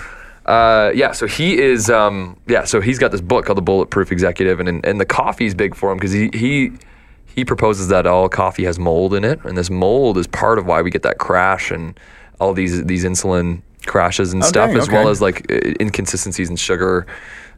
So, uh, yeah, so he is, um, yeah, so he's got this book called The Bulletproof Executive, and and the coffee's big for him because he he he proposes that all coffee has mold in it, and this mold is part of why we get that crash and all these these insulin crashes and stuff,
Oh, dang,
as well
okay.
as like i- inconsistencies in sugar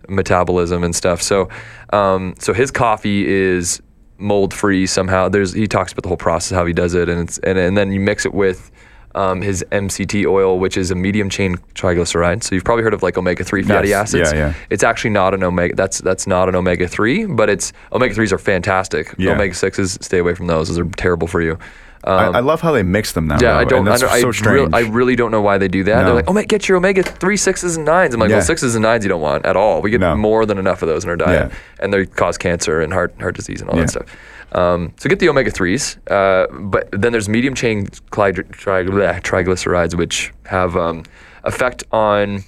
metabolism and stuff. So, um, so his coffee is mold free somehow. There's he talks about the whole process how he does it, and it's and and then you mix it with um, his MCT oil, which is a medium chain triglyceride. So you've probably heard of like omega three fatty
Yes.
acids.
Yeah, yeah.
It's actually not an omega. That's that's not an omega three, but it's omega threes are fantastic.
Yeah.
Omega sixes, stay away from those. Those are terrible for you. Um,
I, I love how they mix them now.
yeah, I
though,
don't.
And that's
I, don't-
so
I, real-
strange.
I really don't know why they do that.
No.
They're like, oh, mate, get your omega three sixes and nines. I'm like,
Yeah.
well, sixes and nines you don't want at all. We get
No.
more than enough of those in our diet,
Yeah.
and they cause cancer and heart heart disease and all
Yeah.
that stuff. Um, so get the omega threes, uh, but then there's medium chain cli- tri- bleh, triglycerides, which have um, effect on.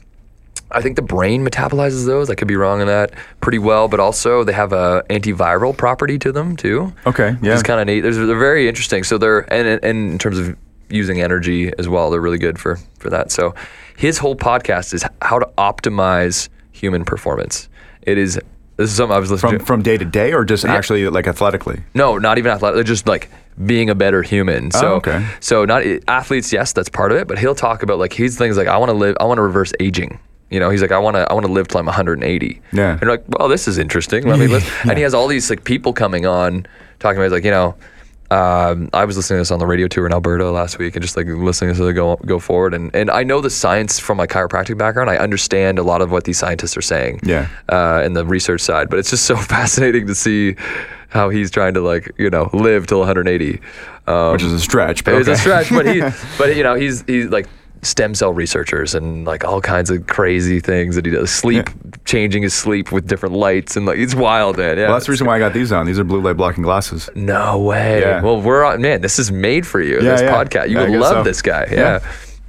I think the brain metabolizes those. I could be wrong on that pretty well, but also they have a antiviral property to them too.
Okay,
which is
yeah.
kind of neat. There's, they're very interesting. So they're and, and and in terms of using energy as well, they're really good for for that. So his whole podcast is how to optimize human performance. It is this is something I was listening
from
to.
from day to day or just actually like athletically.
No, not even athletic. Just like being a better human. So,
Oh, okay.
so not athletes. Yes, that's part of it. But he'll talk about like he's things like I want to live. I want to reverse aging. You know, he's like I want to. I want to live till I'm 180.
Yeah.
And you're like, well, this is interesting. Let me listen. And he has all these like people coming on talking about like you know. Um, I was listening to this on the radio tour in Alberta last week, and just like listening to the go go forward, and, and I know the science from my chiropractic background. I understand a lot of what these scientists are saying,
Yeah.
uh, and the research side. But it's just so fascinating to see how he's trying to like you know live till 180. Um,
Which is a stretch, but
It's a
okay.
stretch, but he, but you know he's he's like stem cell researchers and like all kinds of crazy things that he does. Sleep, changing his sleep with different lights, and like it's wild, man. Yeah,
Well, that's the reason why I got these on. These are blue light blocking glasses.
no way.
Yeah.
Well, we're on, man. This is made for you.
Yeah,
this
yeah.
podcast. You
I
would
guess
love
so.
this guy.
Yeah.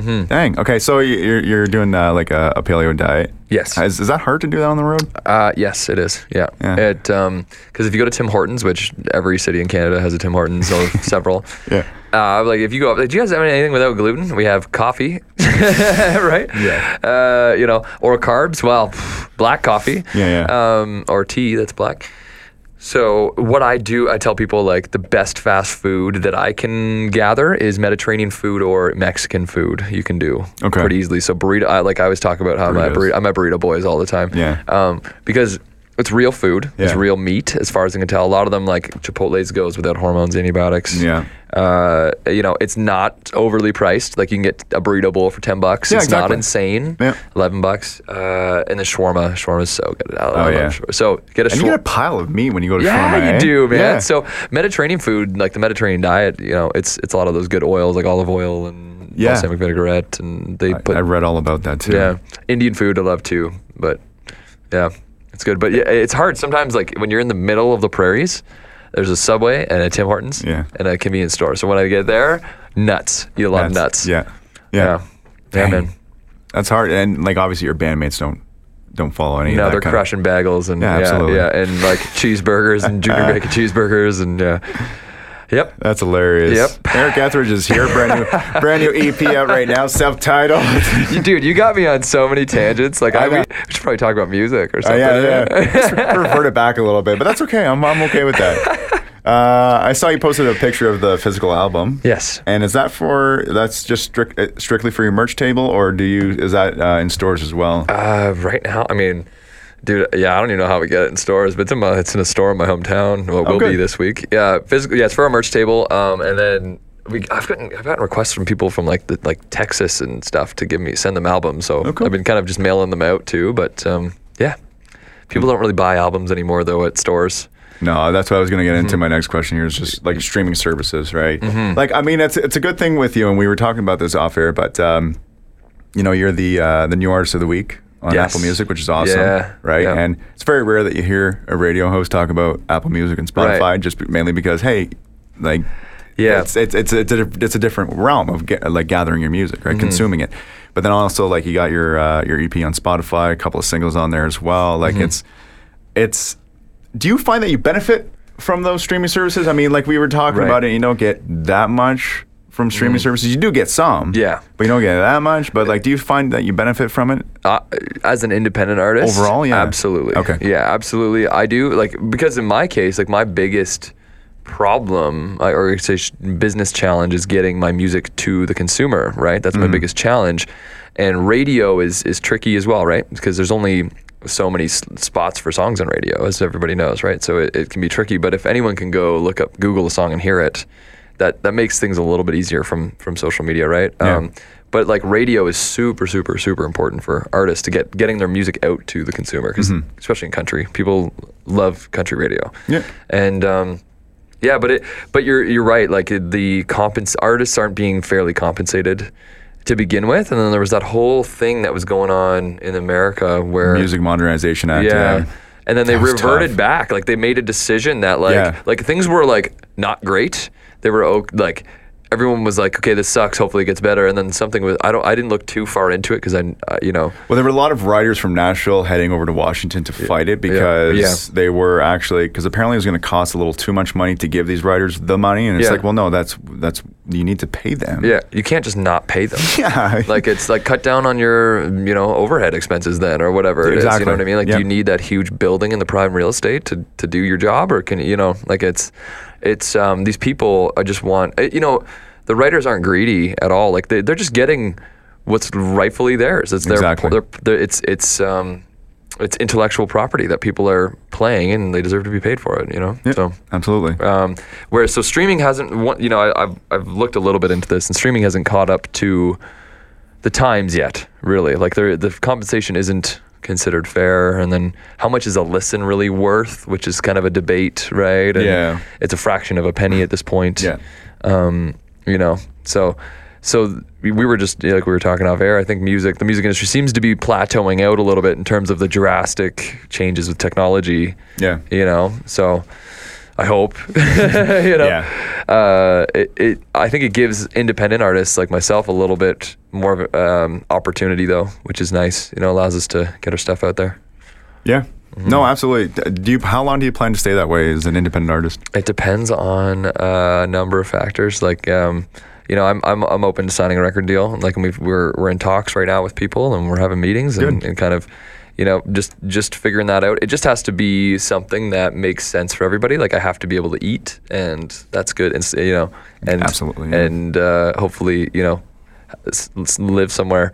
Yeah.
Dang. Okay, so y- you're, you're doing uh, like a, a paleo diet.
Yes.
Uh, Is, is that hard to do that on the road?
Uh, yes, it is. Yeah.
Yeah.
It because if you go to Tim Hortons, which every city in Canada has a Tim Hortons or several.
Yeah.
Uh, like if you go up, like, do you guys have anything without gluten? We have coffee, right? Yeah. Uh, you know, or carbs. Well, pff, black coffee.
Yeah, yeah.
Um, or tea that's black. So what I do, I tell people like the best fast food that I can gather is Mediterranean food or Mexican food. You can do
Okay.
pretty easily. So burrito, I, like I always talk about how my
Burritos.
burrito, I'm at burrito boys all the time.
Yeah.
Um, because it's real food. It's
Yeah.
real meat, as far as I can tell. A lot of them, like Chipotle's, goes without hormones, antibiotics.
Yeah.
Uh, you know, it's not overly priced. Like you can get a burrito bowl for ten bucks.
Yeah,
it's not
exactly.
insane.
Yeah.
Eleven bucks. Uh, and the shawarma. Shawarma's so good. I love
Oh, yeah.
shawarma. So get a
And you
shawarma.
get a pile of meat when you go to
Yeah,
Toronto,
you
eh?
do, man.
Yeah.
So Mediterranean food, like the Mediterranean diet, you know, it's it's a lot of those good oils, like olive oil and
Yeah.
balsamic vinaigrette, and they put
I read all about that too.
yeah, Indian food I love too, but yeah, it's good. But yeah, it's hard sometimes. Like when you're in the middle of the prairies, there's a Subway and a Tim Hortons
Yeah.
and a convenience store. So when I get there, nuts. You love nuts.
That's- Yeah. Yeah.
yeah, yeah,
Dang.
man.
That's hard. And like obviously your bandmates don't don't follow any
No,
of that
they're
kind
crushing bagels and
Yeah,
yeah,
absolutely.
yeah, and like cheeseburgers and junior bacon cheeseburgers and yeah, yep.
That's hilarious.
Yep.
Eric Etheridge is here, brand new brand new EP out right now, self-titled. Oh,
You- Dude, you got me on so many tangents. Like,
I
I, we,
know.
we should probably talk about music or something.
yeah, Oh, yeah. uh, Just revert it back a little bit, but that's okay. I'm I'm okay with that. Uh, I saw you posted a picture of the physical album.
Yes.
And is that for that's just strict, uh, strictly for your merch table, or do you is that uh, in stores as well?
Uh, right now, I mean, dude, yeah, I don't even know how we get it in stores, but it's in, my, it's in a store in my hometown. Well, it will be
Oh, good.
this week. Yeah, physically, yeah, it's for our merch table. Um, and then we, I've gotten, I've gotten requests from people from like the, like Texas and stuff to give me send them albums. So
Oh, cool.
I've been kind of just mailing them out too. But um, yeah, people don't really buy albums anymore though at stores.
No, that's what I was going to get
Mm-hmm.
into. My next question here is just like streaming services, right? Like, I mean, it's it's a good thing with you, and we were talking about this off air, but um, you know, you're the uh, the new artist of the week on
Yes.
Apple Music, which is awesome,
Yeah,
right?
yeah.
And it's very rare that you hear a radio host talk about Apple Music and Spotify,
Right.
just be- mainly because hey, like.
Yeah.
it's it's it's it's a, it's a different realm of ga- like gathering your music,
Mm-hmm.
right? Consuming it, but then also like you got your uh, your EP on Spotify, a couple of singles on there as well. Like
Mm-hmm.
it's it's do you find that you benefit from those streaming services? I mean, like we were talking
Right. Mm.
about it, you don't get that much from streaming services. You do get some,
Yeah.
but you don't get that much. But like, do you find that you benefit from it?
uh, as an independent artist
Overall, yeah.
absolutely
Okay.
yeah absolutely i do like because in my case like my biggest problem I- or I say sh- business challenge is getting my music to the consumer right that's my
Mm-hmm.
biggest challenge and radio is is tricky as well right because there's only so many s- spots for songs on radio as everybody knows right so it, it can be tricky but if anyone can go look up google a song and hear it that that makes things a little bit easier from from social media right Um,
Yeah.
but like radio is super super super important for artists to get getting their music out to the consumer 'cause especially in country people love country radio
Mm-hmm. Yeah.
and um yeah but it but you're you're right like it- the compens artists aren't being fairly compensated to begin with and then there was that whole thing that was going on in america where
Music Modernization Act.
yeah. And then they
That was
reverted
tough.
back. Like they made a decision that like
Yeah.
like things were like not great. They were o- like everyone was like okay this sucks hopefully it gets better and then something was I don't I didn't look too far into it cuz I uh, you know
Well, there were a lot of writers from Nashville heading over to Washington to fight it because
Yeah.
they were actually because apparently it was going to cost a little too much money to give these writers the money, and it's
Yeah.
like, well, no, that's that's you need to pay them.
yeah you can't just not pay them.
yeah,
like it's like cut down on your you know overhead expenses then or whatever it is, you
Exactly.
know what I mean like
Yep.
do you need that huge building in the prime real estate to, to do your job or can you you know like it's it's um, these people I just want eh, you know the writers aren't greedy at all like they, they're just getting what's rightfully theirs it's their
Exactly.
their- their- it's it's um it's intellectual property that people are playing and they deserve to be paid for it you know so
absolutely.
um, whereas, so streaming hasn't, one- you know, I, I've, I've looked a little bit into this, and streaming hasn't caught up to the times yet, really. Like, there, the compensation isn't considered fair. And then, how much is a listen really worth, which is kind of a debate, right? And
Yeah.
It's a fraction of a penny at this point.
Yeah.
Um, you know, so. So we we were just yeah, like we were talking off air. I think music, the music industry, seems to be plateauing out a little bit in terms of the drastic changes with technology
Yeah.
you know so I hope. you know,
Yeah.
uh, it, it. I think it gives independent artists like myself a little bit more of a, um, opportunity though, which is nice. You know, allows us to get our stuff out there.
Yeah.
Mm-hmm.
No, absolutely. D- Do you? How long do you plan to stay that way as an independent artist?
It depends on uh, a number of factors. Like, um, you know, I'm, I'm I'm open to signing a record deal. Like, we've, we're we're in talks right now with people, and we're having meetings, and,
Good.
and kind of, you know, just just figuring that out. It just has to be something that makes sense for everybody. Like, I have to be able to eat, and that's good. And s- you know, and
Absolutely, yeah.
and uh, hopefully, you know, s- s- live somewhere.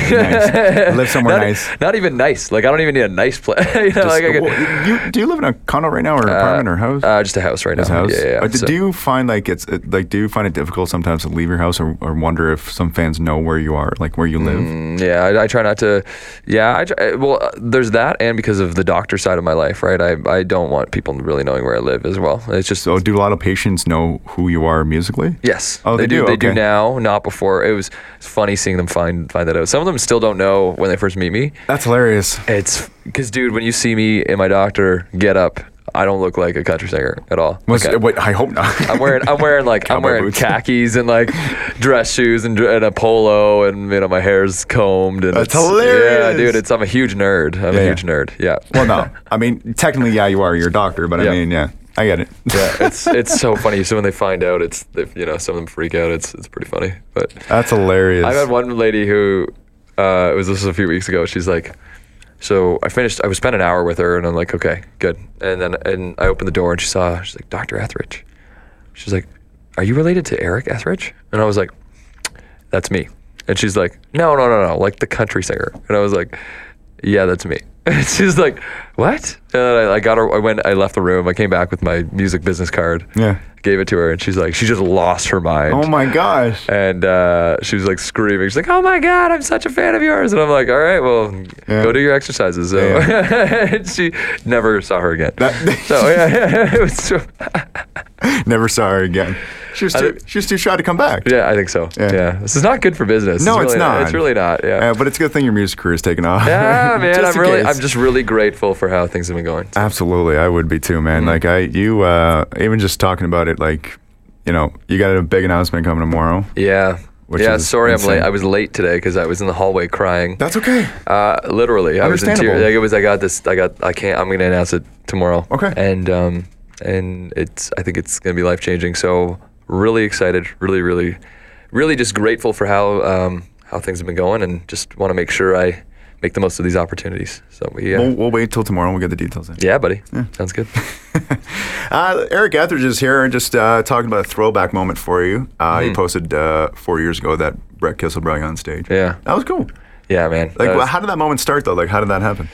Nice. Live somewhere
not, e-,
nice.
Not even nice. Like, I don't even need a nice place. you know, like I could-
Well, you, do you live in a condo right now, or apartment, or house?
uh, just a house right
His
now.
house.
Yeah, yeah.
Uh, d-
So-
do you find like it's it, like do you find it difficult sometimes to leave your house or, or wonder if some fans know where you are, like where you live?
Yeah, I, I try not to. Yeah, I try, well, uh, there's that, and because of the doctor side of my life, right? I, I don't want people really knowing where I live as well. It's just
So do a lot of patients know who you are musically?
yes,
Oh, they, do.
They
okay.
do now, not before. It was it's funny seeing them find find that out. Some of them still don't know when they first meet me.
That's hilarious.
It's because, dude, when you see me in my doctor get up, I don't look like a country singer at all.
Was,
Like, I-
wait, I hope not.
I'm wearing I'm wearing like I'm
Cowboy
wearing
boots.
khakis and like dress shoes and, dr- and a polo and you know my hair's combed and
That's
it's-
hilarious.
Yeah, dude, it's I'm a huge nerd. I'm
Yeah, yeah.
a huge nerd. Yeah.
well, no. I mean, technically, yeah, you are. You're a doctor, but I
Yeah.
mean, yeah, I get it.
yeah, it's it's so funny. So when they find out, it's they, you know some of them freak out. It's it's pretty funny. But
That's hilarious.
I've had one lady who uh, it was this was a few weeks ago. She's like, so I finished. I was spent an hour with her, and I'm like, okay, good. And then and I opened the door, and she saw. She's like, Doctor Etheridge. She's like, are you related to Eric Etheridge? And I was like, that's me. And she's like, no, no, no, no, like the country singer. And I was like, yeah, that's me. And she's like, what? And I, I got her. I went. I left the room. I came back with my music business card.
Yeah.
Gave it to her, and she's like, she just lost her mind
Oh my gosh.
and uh, she was like screaming. She's like, "Oh my god, I'm such a fan of yours!" And I'm like, "All right, well,
Yeah.
go do your exercises." So and she never saw her again.
That-
so yeah, it was so,
Never saw her again. She was too, she was too shy to come back.
yeah, I think so.
Yeah.
Yeah. this is not good for business.
No, it's
really
not.
It's really not. Yeah.
Uh, but it's a good thing your music career is taking off.
yeah, man,
Just
I'm
in
really,
case. Uh,
I'm just really grateful for how things have been going.
Absolutely, I would be too, man.
Mm.
Like I, you, uh, even just talking about it, like, you know, you got a big announcement coming tomorrow.
Yeah.
Which
yeah,
is
sorry I'm
insane.
late. I was late today because I was in the hallway crying.
That's okay.
Uh, literally, I was in tears.
Understandable.
Like it was, I got this. I got. I can't. I'm gonna announce it tomorrow.
Okay.
And um, and it's. I think it's gonna be life changing. So really excited. Really, really, really just grateful for how um how things have been going, and just want to make sure I make the most of these opportunities. So yeah.
We'll, we'll wait till tomorrow. and We'll get the details in.
yeah, buddy. Sounds good.
Uh, Eric Etheridge is here and just uh, talking about a throwback moment for you. Uh,
Mm.
He posted uh, four years ago that Brett Kissel brought you on stage.
Yeah.
That was cool.
Yeah, man.
Like,
That was-
well, how did that moment start though? Like, how did that happen?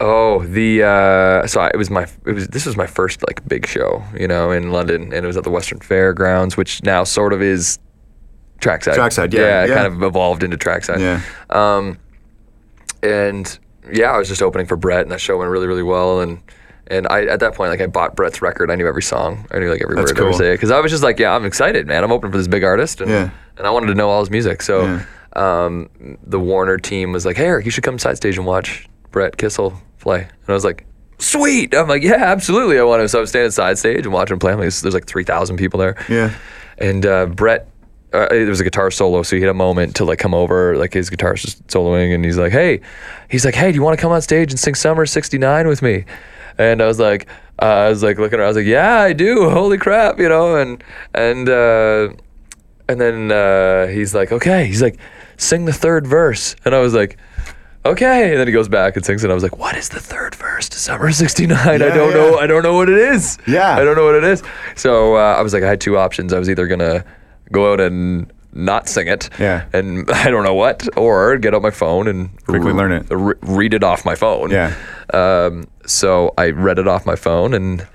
Oh, the uh, so I, it was my it was this was my first like big show, you know, in London, and it was at the Western Fairgrounds, which now sort of is trackside.
Trackside, yeah,
it
yeah.
kind of evolved into trackside.
Yeah.
Um, and yeah, I was just opening for Brett, and that show went really, really well. And and I at that point, like I bought Brett's record. I knew every song. I knew like every
That's
word I
cool.
was saying because I was just like, yeah, I'm excited, man. I'm opening for this big artist, and
Yeah.
and I wanted to know all his music. So
Yeah.
um, the Warner team was like, hey, Eric, you should come side stage and watch Brett Kissel play. And I was like. Sweet! I'm like, yeah, absolutely. I want to. So I'm standing side stage and watching him play. I'm like, there's like 3,000 people there.
Yeah.
And uh, Brett, uh, there was a guitar solo, so he had a moment to like come over, like his guitarist was soloing, and he's like, "Hey," he's like, "Hey, do you want to come on stage and sing Summer '69 with me?" And I was like, uh, I was like looking around, I was like, "Yeah, I do." Holy crap, you know, and and. Uh, and then uh, he's like, okay. He's like, sing the third verse. And I was like, okay. And then he goes back and sings it. I was like, what is the third verse to Summer of 69? I
Yeah,
don't
yeah.
know. I don't know what it is.
Yeah.
I don't know what it is. So uh, I was like, I had two options. I was either going to go out and not sing it.
Yeah.
And I don't know what, or get out my phone and
Quickly learn it.
re- read it off my phone.
Yeah.
Um, so I read it off my phone and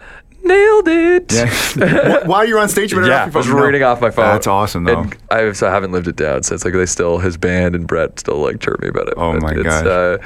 nailed it.
Wh- While you were on stage, you read it off
Yeah, I
your phone.
was
No.
reading off my phone.
That's awesome, though.
And I, so I haven't lived it down since. Like they still, his band and Brett still like chirp me about it.
Oh
But
my
it's,
gosh.
Uh,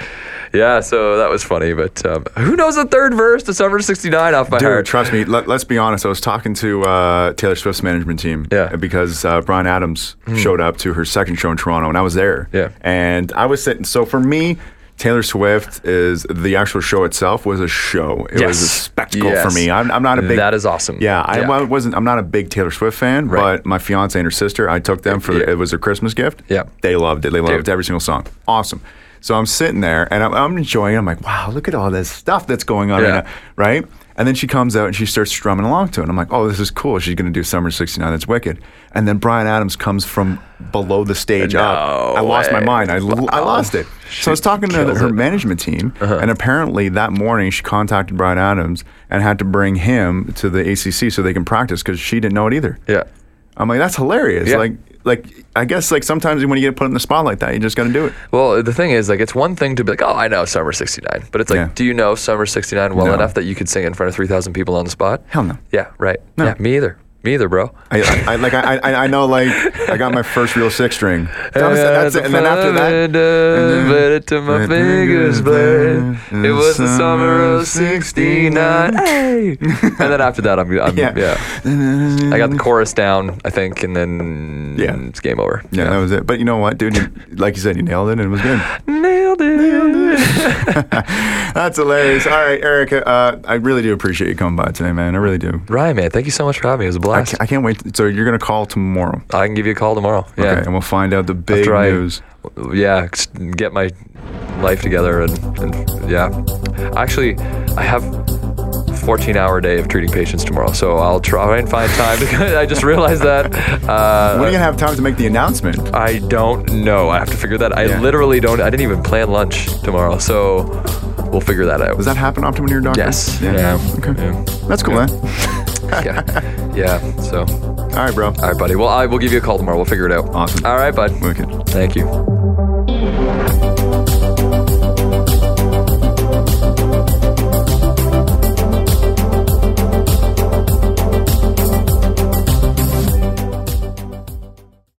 yeah, so that was funny. But um, who knows the third verse to Summer '69 off my
Dude,
heart?
trust me. Let, let's be honest. I was talking to uh, Taylor Swift's management team.
Yeah. Hmm.
Because uh, Brian Adams showed up to her second show in Toronto, and I was there.
Yeah.
And I was sitting. So for me, Taylor Swift is the actual show itself was a show. It was a
Yes.
spectacle for
Yes.
me. I'm, I'm not a big
That is awesome.
Yeah, I,
Yeah.
I wasn't. I'm not a big Taylor Swift fan,
Right.
but my fiance and her sister, I took them for
Yeah.
the, it was their Christmas gift.
Yeah.
they loved it. They loved
Dude.
every single song. Awesome. So I'm sitting there and I'm, I'm enjoying. it. I'm like, wow, look at all this stuff that's going on
Yeah.
right now, right? And then she comes out and she starts strumming along to it. And I'm like, oh, this is cool. She's going to do Summer 69. That's wicked. And then Brian Adams comes from below the stage up.
No
I lost my
way.
mind. I, l- I lost it. so I was talking to
kills
her
it. Uh-huh.
management team, and apparently that morning she contacted Brian Adams and had to bring him to the ACC so they can practice because she didn't know it either.
Yeah.
I'm like, that's hilarious.
Yeah.
Like, like I guess like sometimes when you get put in the spot like that, you just got to do it.
Well, the thing is, like, it's one thing to be like, oh, I know Summer 69. But it's like,
Yeah.
do you know Summer 69 well
No.
enough that you could sing it in front of 3,000 people on the spot?
Hell no.
Yeah, right. Yeah, me either. Me either, bro.
I, I like I, I I know like I got my first real six string. That was- that's it. And then after that,
Put it to my fingers, blade. It was the summer of 69. Hey! and then after that, I'm, I'm yeah.
Yeah.
I got the chorus down, I think, and then
Yeah.
it's game over.
yeah, that was it. But you know what, dude? You, like you said, you nailed it, and it was good.
Nailed it.
That's hilarious. All right, Erica, uh, I really do appreciate you coming by today, man. I really do.
Ryan, man, thank you so much for having me. It was a
I
blast.
can't, I can't wait. So you're gonna call tomorrow,
I can give you a call tomorrow. Yeah.
okay? And we'll find out the big
After I-
news.
yeah, s- get my life together and, and yeah. Actually, I have 14 hour day of treating patients tomorrow, so I'll try and find time. because I just realized that. Uh,
when are you gonna have time to make the announcement?
I don't know. I have to figure that. I
Yeah.
literally don't. I didn't even plan lunch tomorrow, so we'll figure that out.
Does that happen often when you're a doctor?
yes.
Yeah.
Okay.
That's cool, man.
yeah. Yeah. So, all
All right, bro.
right, buddy. Well, I will give you a call tomorrow. We'll figure it out.
Awesome.
All right, bud.
Wicked.
Thank you.